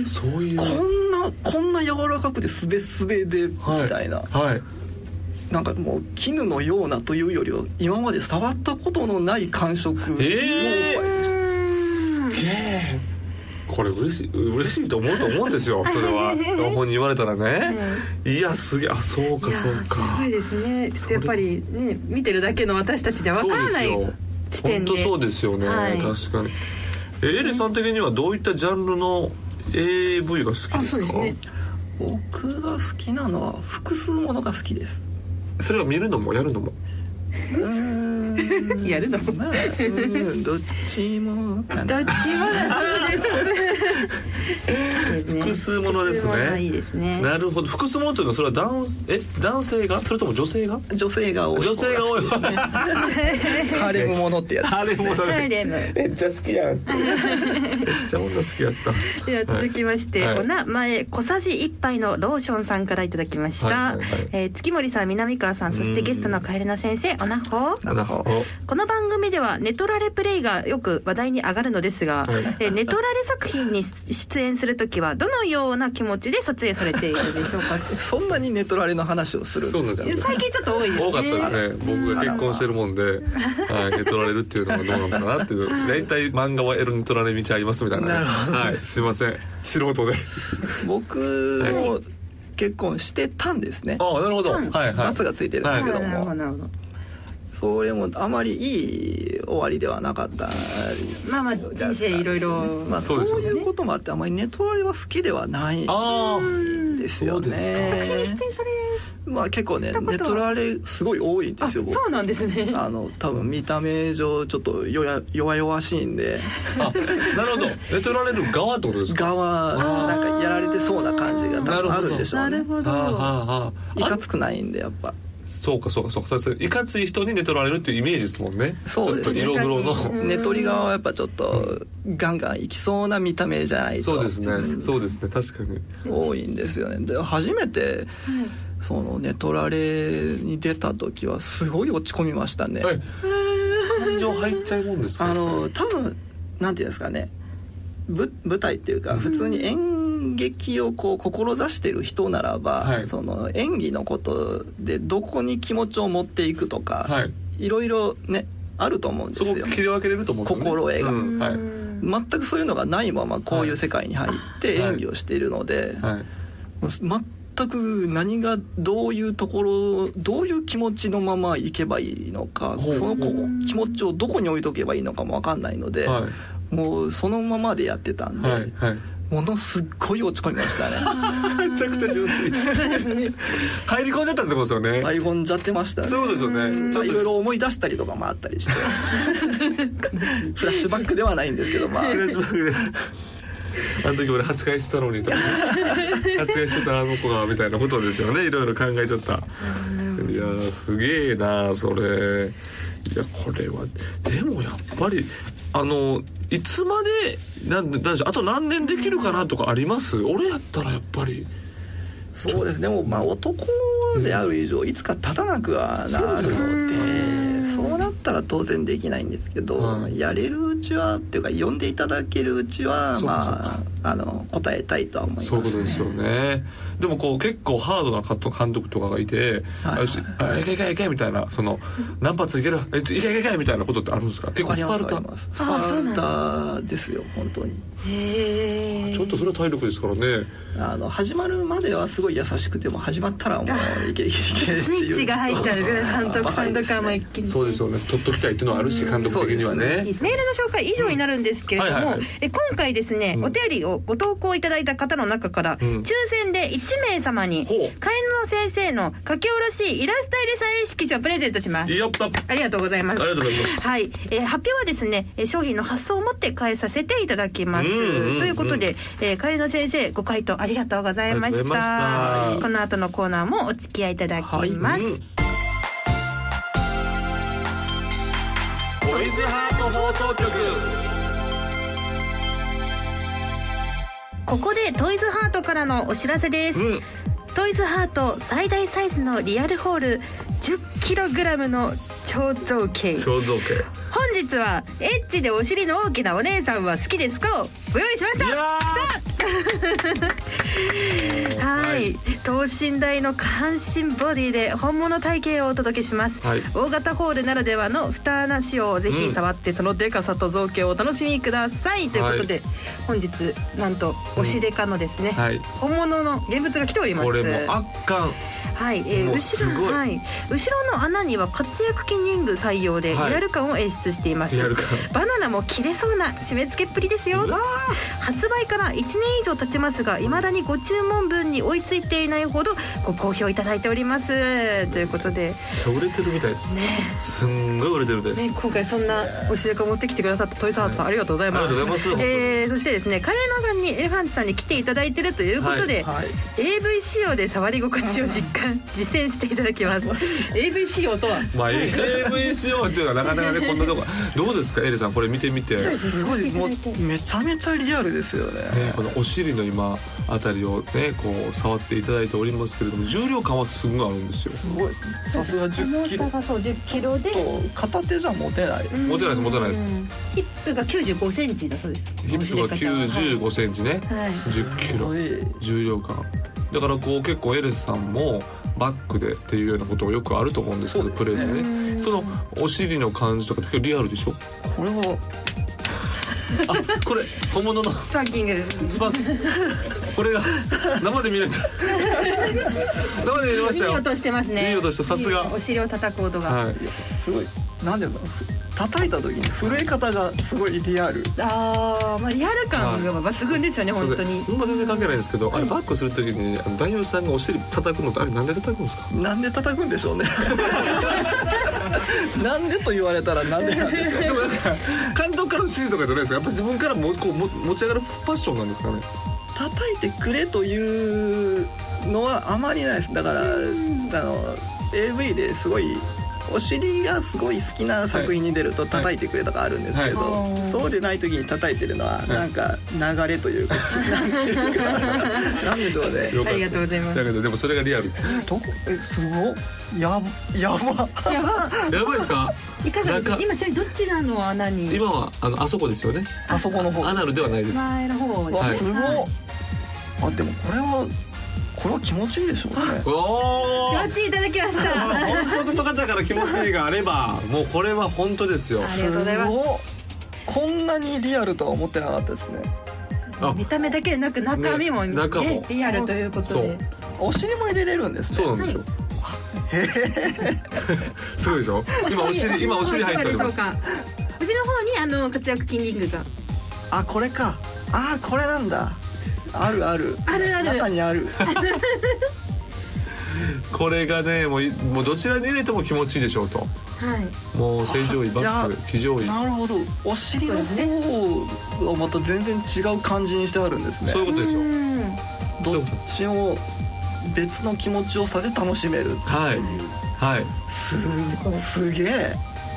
Speaker 1: ー
Speaker 2: そういう
Speaker 3: こんなこんな柔らかくてすべすべでみ
Speaker 2: はい
Speaker 3: たいな、
Speaker 2: はい
Speaker 3: なんかもう絹のようなというよりは今まで触ったことのない感触を覚えました
Speaker 2: げえこれ嬉しい嬉しいと思うと思うんで すよそれは両方に言われたらね、いやすげえあそうか
Speaker 1: いや
Speaker 2: そうか
Speaker 1: すごいですねちょっとやっぱりね見てるだけの私たちでは
Speaker 2: そ
Speaker 1: 分
Speaker 2: う
Speaker 1: からない
Speaker 2: です
Speaker 1: 地
Speaker 2: よ
Speaker 1: 点
Speaker 2: 本
Speaker 1: で
Speaker 2: 当そうですよね、
Speaker 1: はい
Speaker 2: 確かにえエリさん的にはどういったジャンルの AV が好きですか
Speaker 1: あそうですね
Speaker 3: 僕が好きなのは複数ものが好きです
Speaker 2: それは見るのもやるのも
Speaker 3: うーん
Speaker 1: やるの
Speaker 3: まあうーんどっちもか
Speaker 1: どっ
Speaker 3: な
Speaker 1: ちもそうです
Speaker 2: 複数ものですね
Speaker 1: 複数ものいいですね
Speaker 2: なるほど複数ものというのはそれは男え男性がそれとも女性が
Speaker 3: 女性が多い
Speaker 2: 女性が多い
Speaker 3: 方好き ですねハーレムものってやつ
Speaker 2: あれもだ
Speaker 1: ハ
Speaker 2: ね
Speaker 1: ーレム
Speaker 2: めっちゃ好きやんめっちゃ女好きやった
Speaker 1: では続きまして、
Speaker 2: はい
Speaker 1: お名前小さじ1杯のローションさんからいただきました、
Speaker 2: はいはいはい
Speaker 1: えー月森さん南川さんそしてゲストのカエルナ先生おなほ
Speaker 3: なるほど
Speaker 1: この番組ではネトラレプレイがよく話題に上がるのですが、
Speaker 2: はい
Speaker 1: えーネトラレ作品に出出演するときはどのような気持ちで撮影されているでしょう か
Speaker 3: そんなにネトラレの話をするんです
Speaker 2: そ
Speaker 3: か
Speaker 2: うなんですよ
Speaker 1: 最近ちょっと多いですね
Speaker 2: 多かったですね僕が結婚してるもんで、はい、寝取られるっていうのがどうなのかなっていう大体漫画はエロに取られ道ありますみたいなね、
Speaker 3: なるほど
Speaker 2: はい、すいません素人で
Speaker 3: 僕も結婚してたねですね
Speaker 2: ああなるほど、はいはい
Speaker 3: 罰がついてるんですけど
Speaker 1: なるほど
Speaker 3: も
Speaker 1: なるほど
Speaker 3: それもあまりいい終わりではなかった
Speaker 1: まあまあ人生いろいろ
Speaker 3: まあ
Speaker 2: そ
Speaker 3: そうう
Speaker 2: ですよね
Speaker 3: いうこともあってあまりネトラレは好きではないん
Speaker 2: あ
Speaker 3: ですよ
Speaker 2: そうで
Speaker 3: ね
Speaker 1: 出演され
Speaker 3: まあ結構ね
Speaker 1: たことは
Speaker 3: ネトラレすごい多いんで
Speaker 1: あ
Speaker 3: す
Speaker 1: そ
Speaker 3: よ僕
Speaker 1: うなんですね
Speaker 3: あの多分見た目上ちょっと弱弱々しいんで
Speaker 2: ああなるほど寝取られる側ってことですか
Speaker 3: 側なんかやられてそうな感じが多分あるんでしょ
Speaker 1: な
Speaker 3: うね
Speaker 1: るほ
Speaker 2: あああ
Speaker 1: ど
Speaker 2: ああ
Speaker 3: い
Speaker 2: あ
Speaker 3: かつくないんでやっぱ
Speaker 2: そうかそうかそうかそうですいかつい人に寝取られるっていうイメージですもんね
Speaker 3: そうです
Speaker 2: ちょっと色黒の
Speaker 1: 確かにうん
Speaker 3: ネトリ側はやっぱちょっとガンガンいきそうな見た目じゃないと
Speaker 2: そうですねそうですね確かに
Speaker 3: 多いんですよねで初めてそのネトラレに出た時はすごい落ち込みましたね、
Speaker 2: はい感情入っちゃうもんですか
Speaker 3: あの多分なんていうんですかねぶ舞台っていうか普通に演劇をこう志してる人ならば、
Speaker 2: はい
Speaker 3: その演技のことでどこに気持ちを持っていくとか、
Speaker 2: はい
Speaker 3: い、ろいろねあると思うんで
Speaker 2: そ
Speaker 3: す
Speaker 2: こ
Speaker 3: よ
Speaker 2: 切り分けれると思うんだよね
Speaker 3: 心得が
Speaker 2: うんはい
Speaker 3: 全くそういうのがないままこういう世界に入って
Speaker 2: はい
Speaker 3: 演技をしているので、
Speaker 2: はい
Speaker 3: もう全く何がどういうところどういう気持ちのまま行けばいいのか
Speaker 2: ほう
Speaker 3: そのこ気持ちをどこに置いとけばいいのかも分かんないので、
Speaker 2: は
Speaker 3: もうそのままでやってたん
Speaker 2: い
Speaker 3: で、
Speaker 2: はいはい
Speaker 3: ものすっごい落ち込みましたね
Speaker 2: めちゃくちゃ純 粋入り込んでたってことですよね、
Speaker 3: 大んじゃってましたね
Speaker 2: そうですよねちょ
Speaker 3: まあ
Speaker 2: っ
Speaker 3: い
Speaker 2: と
Speaker 3: ろいろ思い出したりとかもあった りしてフラッシュバックではないんですけどまあ
Speaker 2: フラッシュバックであの時俺8回してたのにと か8回してたあの子がみたいなことですよねいろいろ考えちゃったいやーすげえなそれいやこれはでもやっぱりあのいつまでなんなんでしょうあと何年できるかなとかあります俺やったらやっぱり
Speaker 3: そうですねもうまあ男である以上いつか立たなくはなるのでそうなったら当然できないんですけど、
Speaker 2: はい
Speaker 3: やれるうちはっていうか呼んでいただけるうちは
Speaker 2: そうかそうか
Speaker 3: まああの答えたいとは思います
Speaker 2: そう
Speaker 3: ね
Speaker 2: いうことですよね。でもこう結構ハードな監督監督とかがいて、
Speaker 3: はい
Speaker 2: あよしあいけいけいけみたいなその何発いけるえいけいけいけみたいなことってあるんですか。結構スパル
Speaker 3: あ
Speaker 2: タ
Speaker 3: り。ます
Speaker 1: あそうなん
Speaker 3: スパルタですよ本当に
Speaker 1: へえ
Speaker 2: ちょっとそれは体力ですからね。
Speaker 3: あの始まるまではすごい優しくても始まったらもういけいけいけってい う
Speaker 1: スイッチが入っちゃうんですね監督さんとかも一気に
Speaker 2: そうですよね。取っときたいっていうのはあるし監督的には
Speaker 3: そう
Speaker 1: メ
Speaker 2: ね。
Speaker 1: ールの紹介以上になるんですけれども、
Speaker 2: うんはいはいはい
Speaker 1: え今回ですね、
Speaker 2: うん
Speaker 1: お便りをご投稿いただいた方の中から、
Speaker 2: うん
Speaker 1: 抽選で1名様に
Speaker 2: ほう
Speaker 1: カエルの先生の書き下ろしイラスト入りサイン色紙をプレゼントします
Speaker 2: やった。あ
Speaker 1: ありがとうございます
Speaker 2: りがとうございます。
Speaker 1: はい、えー発表はですね、えー商品の発送をもって返させていただきます。
Speaker 2: うんうんうん
Speaker 1: ということで、えー、カエルの先生ご回答ありがとうございま
Speaker 2: あ
Speaker 1: し
Speaker 2: り
Speaker 1: た。
Speaker 2: がとうございました
Speaker 1: この後のコーナーもお付き合いいただきます。
Speaker 3: はい
Speaker 2: ボイズハート放送局。
Speaker 1: ここでトイズハートからのお知らせです。
Speaker 2: うん
Speaker 1: トイズハート最大サイズのリアルホール1 0ムの超造形
Speaker 2: 肖像系
Speaker 1: 本日はエッチでお尻の大きなお姉さんは好きですかをご用意しまし
Speaker 2: いや
Speaker 1: たはい、
Speaker 2: はい
Speaker 1: 等身大の下半身ボディで本物体型をお届けします、
Speaker 2: はい
Speaker 1: 大型ホールならではの蓋穴仕様をぜひ触って、そのデカさと造形をお楽しみくださいということで、本日なんと推しデカのですね、
Speaker 2: んはい
Speaker 1: 本物の現物が来ており
Speaker 2: ー
Speaker 1: ます
Speaker 2: これもう圧巻
Speaker 1: はい、えー
Speaker 2: もう
Speaker 1: 後
Speaker 2: す
Speaker 1: ろ
Speaker 2: ごい
Speaker 1: はい、後ろの穴には活躍筋リング採用でリ
Speaker 2: はい
Speaker 1: アル感を演出しています、
Speaker 2: リアル感
Speaker 1: バナナも切れそうな締め付けっぷりですよ発売から1年以上経ちますがいまだにご注文分に追いついていないほどご好評いただいておりますということで
Speaker 2: めっちゃ売れてるみたいです
Speaker 1: ね
Speaker 2: すんごい売れてるです、
Speaker 1: ね、今回そんなおしでか持ってきてくださったトイサーさん、ありがとうございます
Speaker 2: ありがとうございます
Speaker 1: えーそしてですねカエナさんにエレファントさんに来ていただいてるということで、
Speaker 3: はいはい
Speaker 1: AV 仕様で触り心地を実感実践していただきます AV 仕様とは
Speaker 2: まあ、AV 仕様っていうのはなかなかねこんなとこどうですかエリさんこれ見てみて、ね、
Speaker 3: す ごいもうめちゃめちゃリアルですよね
Speaker 2: このお尻の今あたりをねこう触っていただいておりますけれども重量感はすごいあるんですよ
Speaker 3: すごいですねさすが1 0
Speaker 1: 重
Speaker 3: キ
Speaker 1: さ
Speaker 3: ロ
Speaker 1: がそう10キロで
Speaker 3: と片手じゃ持てない
Speaker 2: 持てないです持てないです
Speaker 1: うんヒップが95センチだそうです
Speaker 2: ヒップが
Speaker 1: おしで
Speaker 2: 9 5センチね、
Speaker 1: かちゃんははい
Speaker 2: 1 0キ
Speaker 3: す
Speaker 2: ロ
Speaker 3: ごい
Speaker 2: 重量感だからこう結構エレスさんもバックでっていうようなことがよくあると思うんですけど
Speaker 3: そ
Speaker 2: プ
Speaker 3: う
Speaker 2: レ
Speaker 3: で
Speaker 2: ー
Speaker 3: す
Speaker 2: で
Speaker 3: ね
Speaker 2: ねそのお尻の感じとか結構リアルでしょ
Speaker 3: これは
Speaker 2: あこれ本物の
Speaker 1: スパッキング
Speaker 2: スパンこれが生で見れた生で見れました
Speaker 1: いい
Speaker 2: よ
Speaker 1: 音してますね
Speaker 2: いい音してさすが
Speaker 1: いいお尻を叩く音が、
Speaker 2: はい
Speaker 3: すごい何ていうんだろう叩いた時に震え方がすごいリアル
Speaker 1: あー、まあリアル感が抜群ですよね、
Speaker 2: そ
Speaker 1: 本
Speaker 2: れ
Speaker 1: 当
Speaker 2: で
Speaker 1: に
Speaker 2: ほんま全然関係ないんですけどあれバックする時にあの男優さんがお尻叩くのってあれなんで叩くんですか
Speaker 3: なんで叩くんでしょうね なんでと言われたらなんでなんでしょう
Speaker 2: でもなんか監督からの指示とかじゃないですかやっぱ自分からもこうも持ち上がるファッションなんですかね
Speaker 3: 叩いてくれというのはあまりないですだからあの AV ですごいお尻がすごい好きな作品に出ると叩いてくれとかあるんですけど、
Speaker 2: は
Speaker 3: そうでない時に叩いてるのはなんか流れというか、なんていう かなんでしょうね
Speaker 2: よ
Speaker 1: ありがとうございます
Speaker 2: だけどでもそれがリアルです
Speaker 3: どえすごややば
Speaker 1: やば
Speaker 2: やばいですか
Speaker 1: いかがです
Speaker 2: なん
Speaker 1: か
Speaker 2: か
Speaker 1: 今ちなみにどっちなの穴に
Speaker 2: 今はあのあそこですよね
Speaker 3: あそこの方
Speaker 2: アナルではないです
Speaker 1: 前の方
Speaker 3: わ
Speaker 2: はい
Speaker 3: すごい、あでもこれはこれは気持ちいいでしょうね
Speaker 2: お
Speaker 1: 気持ちいいいただきま した
Speaker 2: 本職の方から気持ちいいがあればもうこれは本当ですよ
Speaker 1: ありがとうございます
Speaker 3: ごこんなにリアルとは思ってなかったですね
Speaker 2: あ
Speaker 1: 見た目だけでなく中身も,、
Speaker 2: ね
Speaker 1: ね
Speaker 2: 中も
Speaker 1: リアルということ
Speaker 2: そう
Speaker 1: で
Speaker 3: お尻も入れれるんですね
Speaker 2: そうなんですよ すごいでしょ今お尻今お尻入っております
Speaker 1: そうか首の方にあの活躍筋リン グが
Speaker 3: あこれかあこれなんだあるある
Speaker 1: あるある
Speaker 3: 中にある
Speaker 2: これがねもういもうどちらに入れても気持ちいいでしょうと
Speaker 1: はい
Speaker 2: もう正常位
Speaker 3: あじゃ
Speaker 2: バ
Speaker 3: あ
Speaker 2: ック非常位
Speaker 3: なるほどお尻の方はまた全然違う感じにしてあるんですね
Speaker 2: そういうことですよ
Speaker 1: うん
Speaker 2: そうい
Speaker 3: ど
Speaker 2: う
Speaker 3: っ
Speaker 2: こと
Speaker 3: ちも別の気持ちよさで楽しめる
Speaker 2: はいはい
Speaker 3: すすげえ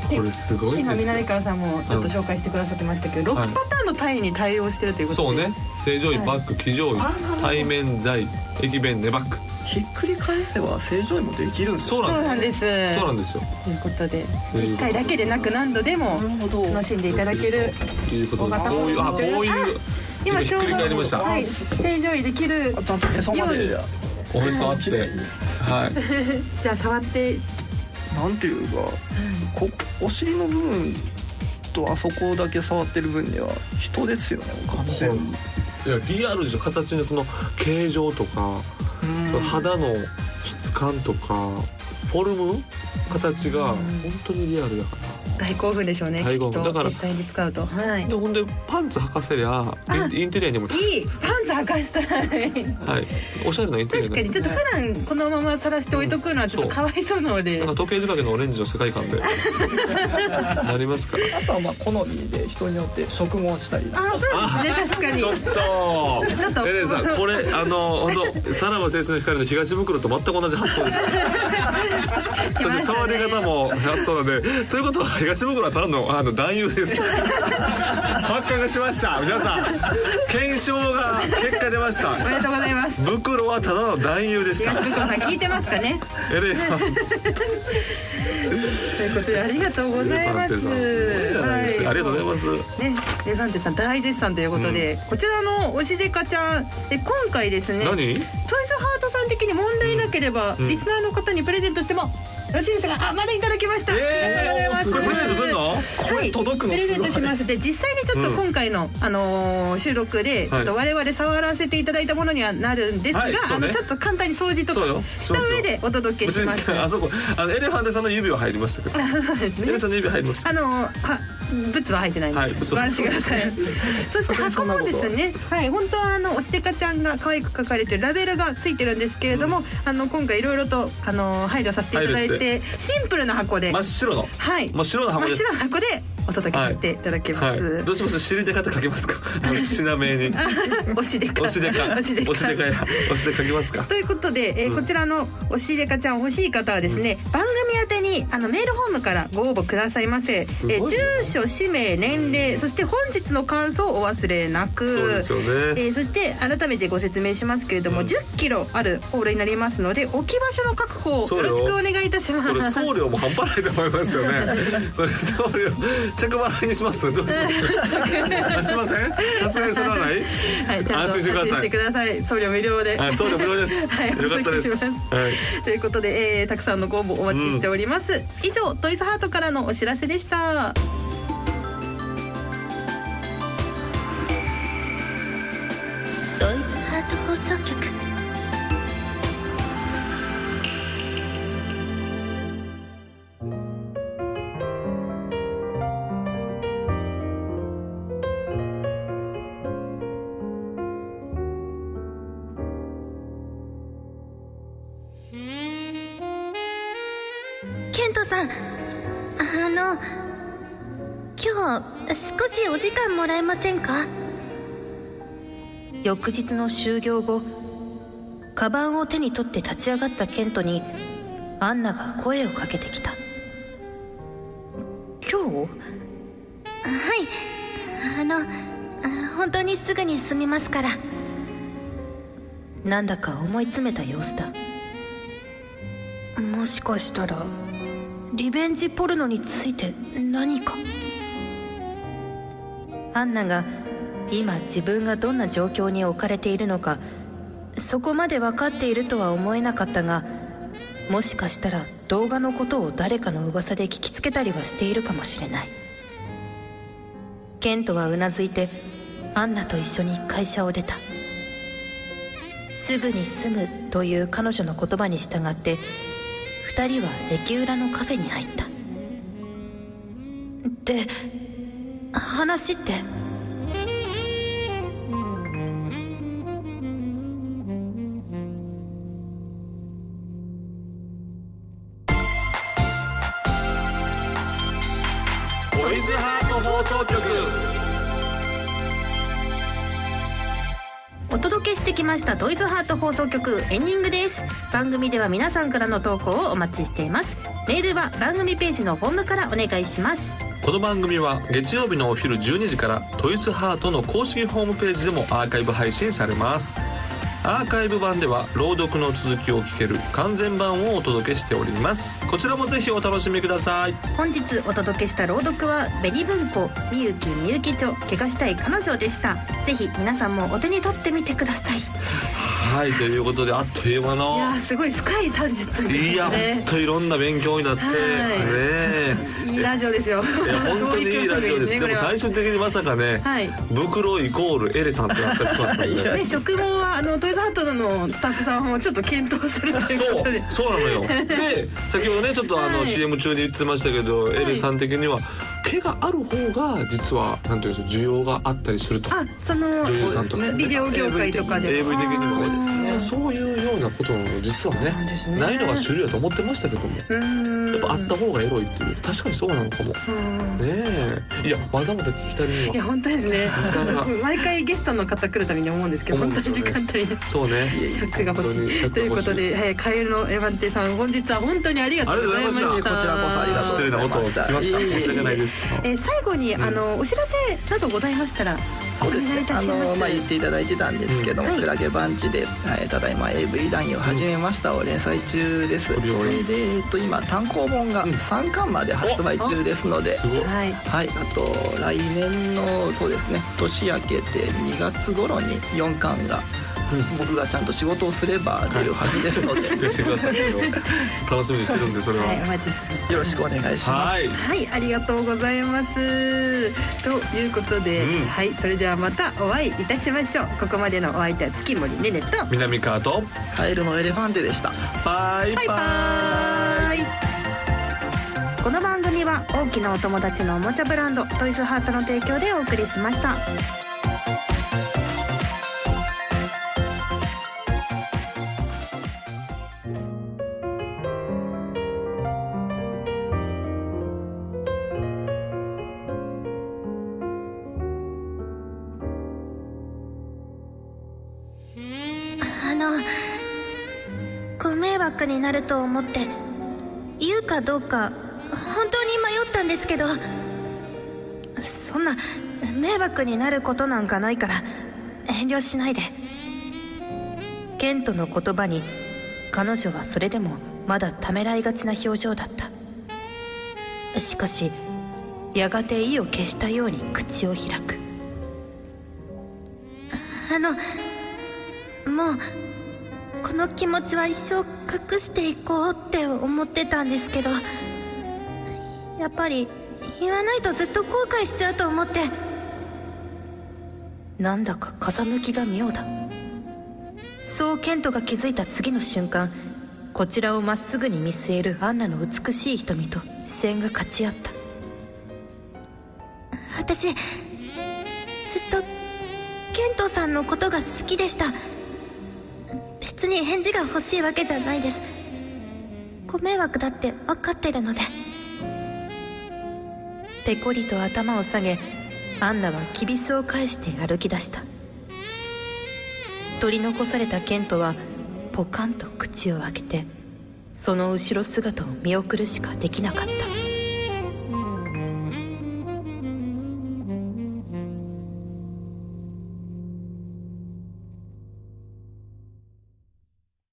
Speaker 2: これすごいん
Speaker 1: 今
Speaker 2: で
Speaker 1: 南
Speaker 2: すよ
Speaker 1: 川さんもちょっと紹介してくださってましたけど、
Speaker 2: うん
Speaker 1: 6パターンの体位に対応してるということ
Speaker 2: そう
Speaker 1: で
Speaker 2: ね正常位バック非常位
Speaker 1: あなるほど
Speaker 2: 対面材駅弁寝バック
Speaker 3: ひっくり返せば正常位もできるんです
Speaker 2: そ
Speaker 3: よ
Speaker 2: う
Speaker 1: そう
Speaker 2: な
Speaker 1: なんん
Speaker 2: で
Speaker 1: ですす
Speaker 2: そうなんですよ
Speaker 1: ということで
Speaker 2: ということで
Speaker 1: 1回だけでなく何度でも
Speaker 3: なるほど
Speaker 1: 楽しんでいただける
Speaker 2: ということで
Speaker 1: 小型
Speaker 2: こういうあこういう今ひっくり返りました
Speaker 1: はい、正常位できる
Speaker 3: あちゃんとへそまで
Speaker 1: よ
Speaker 2: おへそあって
Speaker 3: 綺麗に
Speaker 2: はい
Speaker 1: じゃあ触って
Speaker 3: なんていうかこお尻の部分とあそこだけ触ってる分には人ですよね完全に
Speaker 2: いやリアルでしょ形のその形状とか
Speaker 3: うん
Speaker 2: その肌の質感とかフォルム形が本当にリアルだから
Speaker 1: 大興奮でしょうねき
Speaker 2: 大
Speaker 1: っと
Speaker 2: 興奮だから
Speaker 1: 実際に使うとはい
Speaker 2: でほんでパンツ履かせりゃインインテリアにも
Speaker 1: いいパンツ履かしたい
Speaker 2: はいおしゃれなインテリア
Speaker 1: 確
Speaker 2: に
Speaker 1: かにちょっと普段このまま晒して置いとくのはちょっとかわいそうなので
Speaker 2: なんか時計仕掛けのオレンジの世界観でなりますから
Speaker 3: あとはまあ好みで人によって植毛したり
Speaker 1: あそうですね確かに
Speaker 2: ちょっと
Speaker 1: ちょっと
Speaker 2: エレンさんこれあの本当さらば青春の光の東袋と全く同じ発想です
Speaker 1: 来ましたね
Speaker 2: 私触り方も発想なんでそういうことはあり
Speaker 4: 東袋ただのあの男優です発覚しました皆さん検証が結果出ました
Speaker 1: おめでとうございます
Speaker 4: 袋はただの男優でした
Speaker 1: 東袋さん聞いてますかね
Speaker 4: エレファン
Speaker 1: ということでありがとうございます
Speaker 4: エレファンテさんすごいじゃないですかありがとうございます
Speaker 1: ねエレファンテさん大絶賛ということで、こちらの推しデカちゃんで今回ですね
Speaker 4: 何
Speaker 1: トイズハートさん的に問題なければ、リスナーの方にプレゼントしてもよろしいですがあまだいただきました、
Speaker 4: え
Speaker 1: あ
Speaker 4: ー
Speaker 1: りがとうございます
Speaker 4: これプレゼントするの
Speaker 3: これ届くの
Speaker 1: はい、プレゼ
Speaker 3: す
Speaker 1: ン
Speaker 3: ご
Speaker 1: ト
Speaker 3: い
Speaker 1: しますで実際にちょっと今回の、あのー収録
Speaker 4: は
Speaker 1: で、
Speaker 4: い
Speaker 1: ちょっと我々触らせていただいたものにはなるんですが、
Speaker 4: はいそ
Speaker 1: あ
Speaker 4: うね
Speaker 1: のちょっと簡単に掃除と
Speaker 4: そうよ
Speaker 1: かし
Speaker 4: そう
Speaker 1: た
Speaker 4: ですよ
Speaker 1: 上でお届けしま
Speaker 4: 別
Speaker 1: す
Speaker 4: に あそこあのエレファンテさんの指は入りましたけどエレさんの指入りました
Speaker 1: あのはブツは入ってないんで、
Speaker 4: はいブツ
Speaker 1: ご
Speaker 4: は
Speaker 1: 安心くだ さいそして箱もですねはい本当はあのおしでかちゃんが可愛く描かれてるラベルがついてるんですけれども、あの今回いろいろとあの配慮させていただいて
Speaker 4: 配
Speaker 1: シンプルな箱で
Speaker 4: 真っ白の
Speaker 1: はい
Speaker 4: 真っ白な箱です
Speaker 1: 真っ白な箱でお届けさせていただきま
Speaker 4: はい
Speaker 1: す、
Speaker 4: どうします知りたい方書けますかあの品名に
Speaker 1: おしでか
Speaker 4: おしでか
Speaker 1: おしでか
Speaker 4: おしでかやおしでかけますか
Speaker 1: ということで、えーこちらのおしでかちゃん欲しい方はですね、番組宛てにあのメールフォームからご応募くださいませ
Speaker 4: ごい
Speaker 1: えー
Speaker 4: ね
Speaker 1: 住所氏名年齢そして本日の感想をお忘れなく
Speaker 4: そうですよね
Speaker 1: えーそして改めてご説明しますけれども、1 0キロあるホールになりますので置き場所の確保を
Speaker 4: そう
Speaker 1: よ
Speaker 4: よ
Speaker 1: ろしくお願いいたします
Speaker 4: これ送料も半端ないと思いますよね。これ送料着払いにします。どうし ます。あしません。さすがにそれはない。
Speaker 1: はい、ちゃん
Speaker 4: 安
Speaker 1: と
Speaker 4: 心してください
Speaker 1: 安心送料無料で。
Speaker 4: はい送料無料です
Speaker 1: はい、
Speaker 4: よかったです
Speaker 1: お届けします
Speaker 4: はい
Speaker 1: ということで、えーたくさんのご応募お待ちしております。以上、トイズハートからのお知らせでした。
Speaker 5: ドイツハート放送局ケントさんあの今日少しお時間もらえませんか翌日の終業後カバンを手に取って立ち上がったケントにアンナが声をかけてきた今日
Speaker 6: はいあのあ本当にすぐに済みますから
Speaker 5: なんだか思い詰めた様子だもしかしたらリベンジポルノについて何かアンナが今自分がどんな状況に置かれているのかそこまで分かっているとは思えなかったがもしかしたら動画のことを誰かの噂で聞きつけたりはしているかもしれないケントはうなずいてアンナと一緒に会社を出たすぐに住むという彼女の言葉に従って2人は駅裏のカフェに入ったで話って
Speaker 2: トイズハート放送局
Speaker 1: お届けしてきましたドイズハート放送局エンディングです番組では皆さんからの投稿をお待ちしていますメールは番組ページのフォームからお願いします
Speaker 2: この番組は月曜日のお昼12時からトイズハートの公式ホームページでもアーカイブ配信されますアーカイブ版では朗読の続きを聞ける完全版をお届けしておりますこちらもぜひお楽しみください
Speaker 1: 本日お届けした朗読は紅文庫みゆきみゆき著怪我したい彼女でしたぜひ皆さんもお手に取ってみてくださいい
Speaker 2: はいということであっという間の
Speaker 1: やーすごい深い30分ですね
Speaker 2: いや本当いろんな勉強になってね
Speaker 1: はい
Speaker 2: え
Speaker 1: いいラジオですよ
Speaker 2: いや本当にいいラジ オです、
Speaker 1: ね
Speaker 2: で
Speaker 1: こ
Speaker 2: も
Speaker 1: れは
Speaker 2: 最終的にまさかね、
Speaker 1: はい
Speaker 2: 袋イコールエレさんってなってしまった んで
Speaker 1: ね、職務はあのトイズハートのスタッフさんもちょっと検討するということで
Speaker 2: そうそうなのよで先ほどねちょっとあの、
Speaker 1: はい
Speaker 2: CM 中に言ってましたけど、エレさん的には毛がある方が実はなんていうんですか需要があったりすると
Speaker 1: あその
Speaker 2: 女優さんとか
Speaker 3: そうですね
Speaker 1: ビデオ業界とかで
Speaker 4: AV 的にも
Speaker 1: あー
Speaker 2: ねそういうようなことも実は
Speaker 1: そう
Speaker 2: ね
Speaker 1: ですね
Speaker 2: ないのが主流だと思ってましたけども
Speaker 1: うーん
Speaker 2: やっぱあった方がエロいっていう確かにそうなのかもね
Speaker 1: うん
Speaker 2: えいやまだまだ聞きたいのはい
Speaker 1: や本当ですね
Speaker 2: 時間が
Speaker 1: 毎回ゲストの方来るたびに思うんですけど
Speaker 2: 思う
Speaker 1: 本当
Speaker 2: んで
Speaker 1: に
Speaker 2: すよ
Speaker 1: 時
Speaker 2: ね
Speaker 1: 間足りない
Speaker 2: そうね
Speaker 1: 尺が欲し
Speaker 2: 本当に尺が欲し
Speaker 1: い
Speaker 2: い
Speaker 1: ということで、はい、カエルのエヴァンテさん本日は本当にありがとうございまし
Speaker 2: あ
Speaker 1: た
Speaker 2: り
Speaker 3: がとうございましたこちらこそありがとう
Speaker 4: 失礼なことを聞きました申し訳ないです
Speaker 1: えー最後に、あのお知らせなどございましたらお
Speaker 3: そうで
Speaker 1: 願
Speaker 3: す
Speaker 1: いい
Speaker 3: ね、
Speaker 1: た
Speaker 3: あ
Speaker 1: します
Speaker 3: のまあ、言っていただいてたんですけども「
Speaker 1: うん
Speaker 3: クラゲバンチで」はいただいま AV 男優を始めました」を連載中です、
Speaker 2: ん
Speaker 3: それで、えっと、今単行本が3巻まで発売中ですので、
Speaker 2: すごい
Speaker 1: はい
Speaker 3: はい、あと来年のそうですね年明けて2月頃に4巻が、僕がちゃんと仕事をすれば出るはずですので、
Speaker 2: 聞かせて くださいけど楽しみにしてるんでそれは
Speaker 1: はい、お待ちしてます
Speaker 3: よろしくお願いします、
Speaker 2: はい
Speaker 1: はい、ありがとうございます。ということで、
Speaker 2: うん
Speaker 1: はい、それではまたお会いいたしましょう。ここまでのお相手は月森ねねと。
Speaker 2: 南川と
Speaker 3: カエルのエレファンテでした
Speaker 2: バイバ
Speaker 1: バイ
Speaker 2: イ
Speaker 1: バイ。この番組は大きなお友達のおもちゃブランドトイズハートの提供でお送りしました。
Speaker 6: あのご迷惑になると思って言うかどうか本当に迷ったんですけどそんな迷惑になることなんかないから
Speaker 5: 遠慮しないでケントの言葉に彼女はそれでもまだためらいがちな表情だったしかしやがて意を消したように口を開く
Speaker 6: あのもうこの気持ちは一生隠していこうって思ってたんですけどやっぱり言わないとずっと後悔しちゃうと思って
Speaker 5: なんだか風向きが妙だそうケントが気づいた次の瞬間こちらをまっすぐに見据えるアンナの美しい瞳と視線が勝ち合った
Speaker 6: 私ずっとケントさんのことが好きでした別に返事が欲しいわけじゃないですご迷惑だって分かってるので
Speaker 5: ペコリと頭を下げアンナはキビスを返して歩き出した取り残されたケントはポカンと口を開けてその後ろ姿を見送るしかできなかった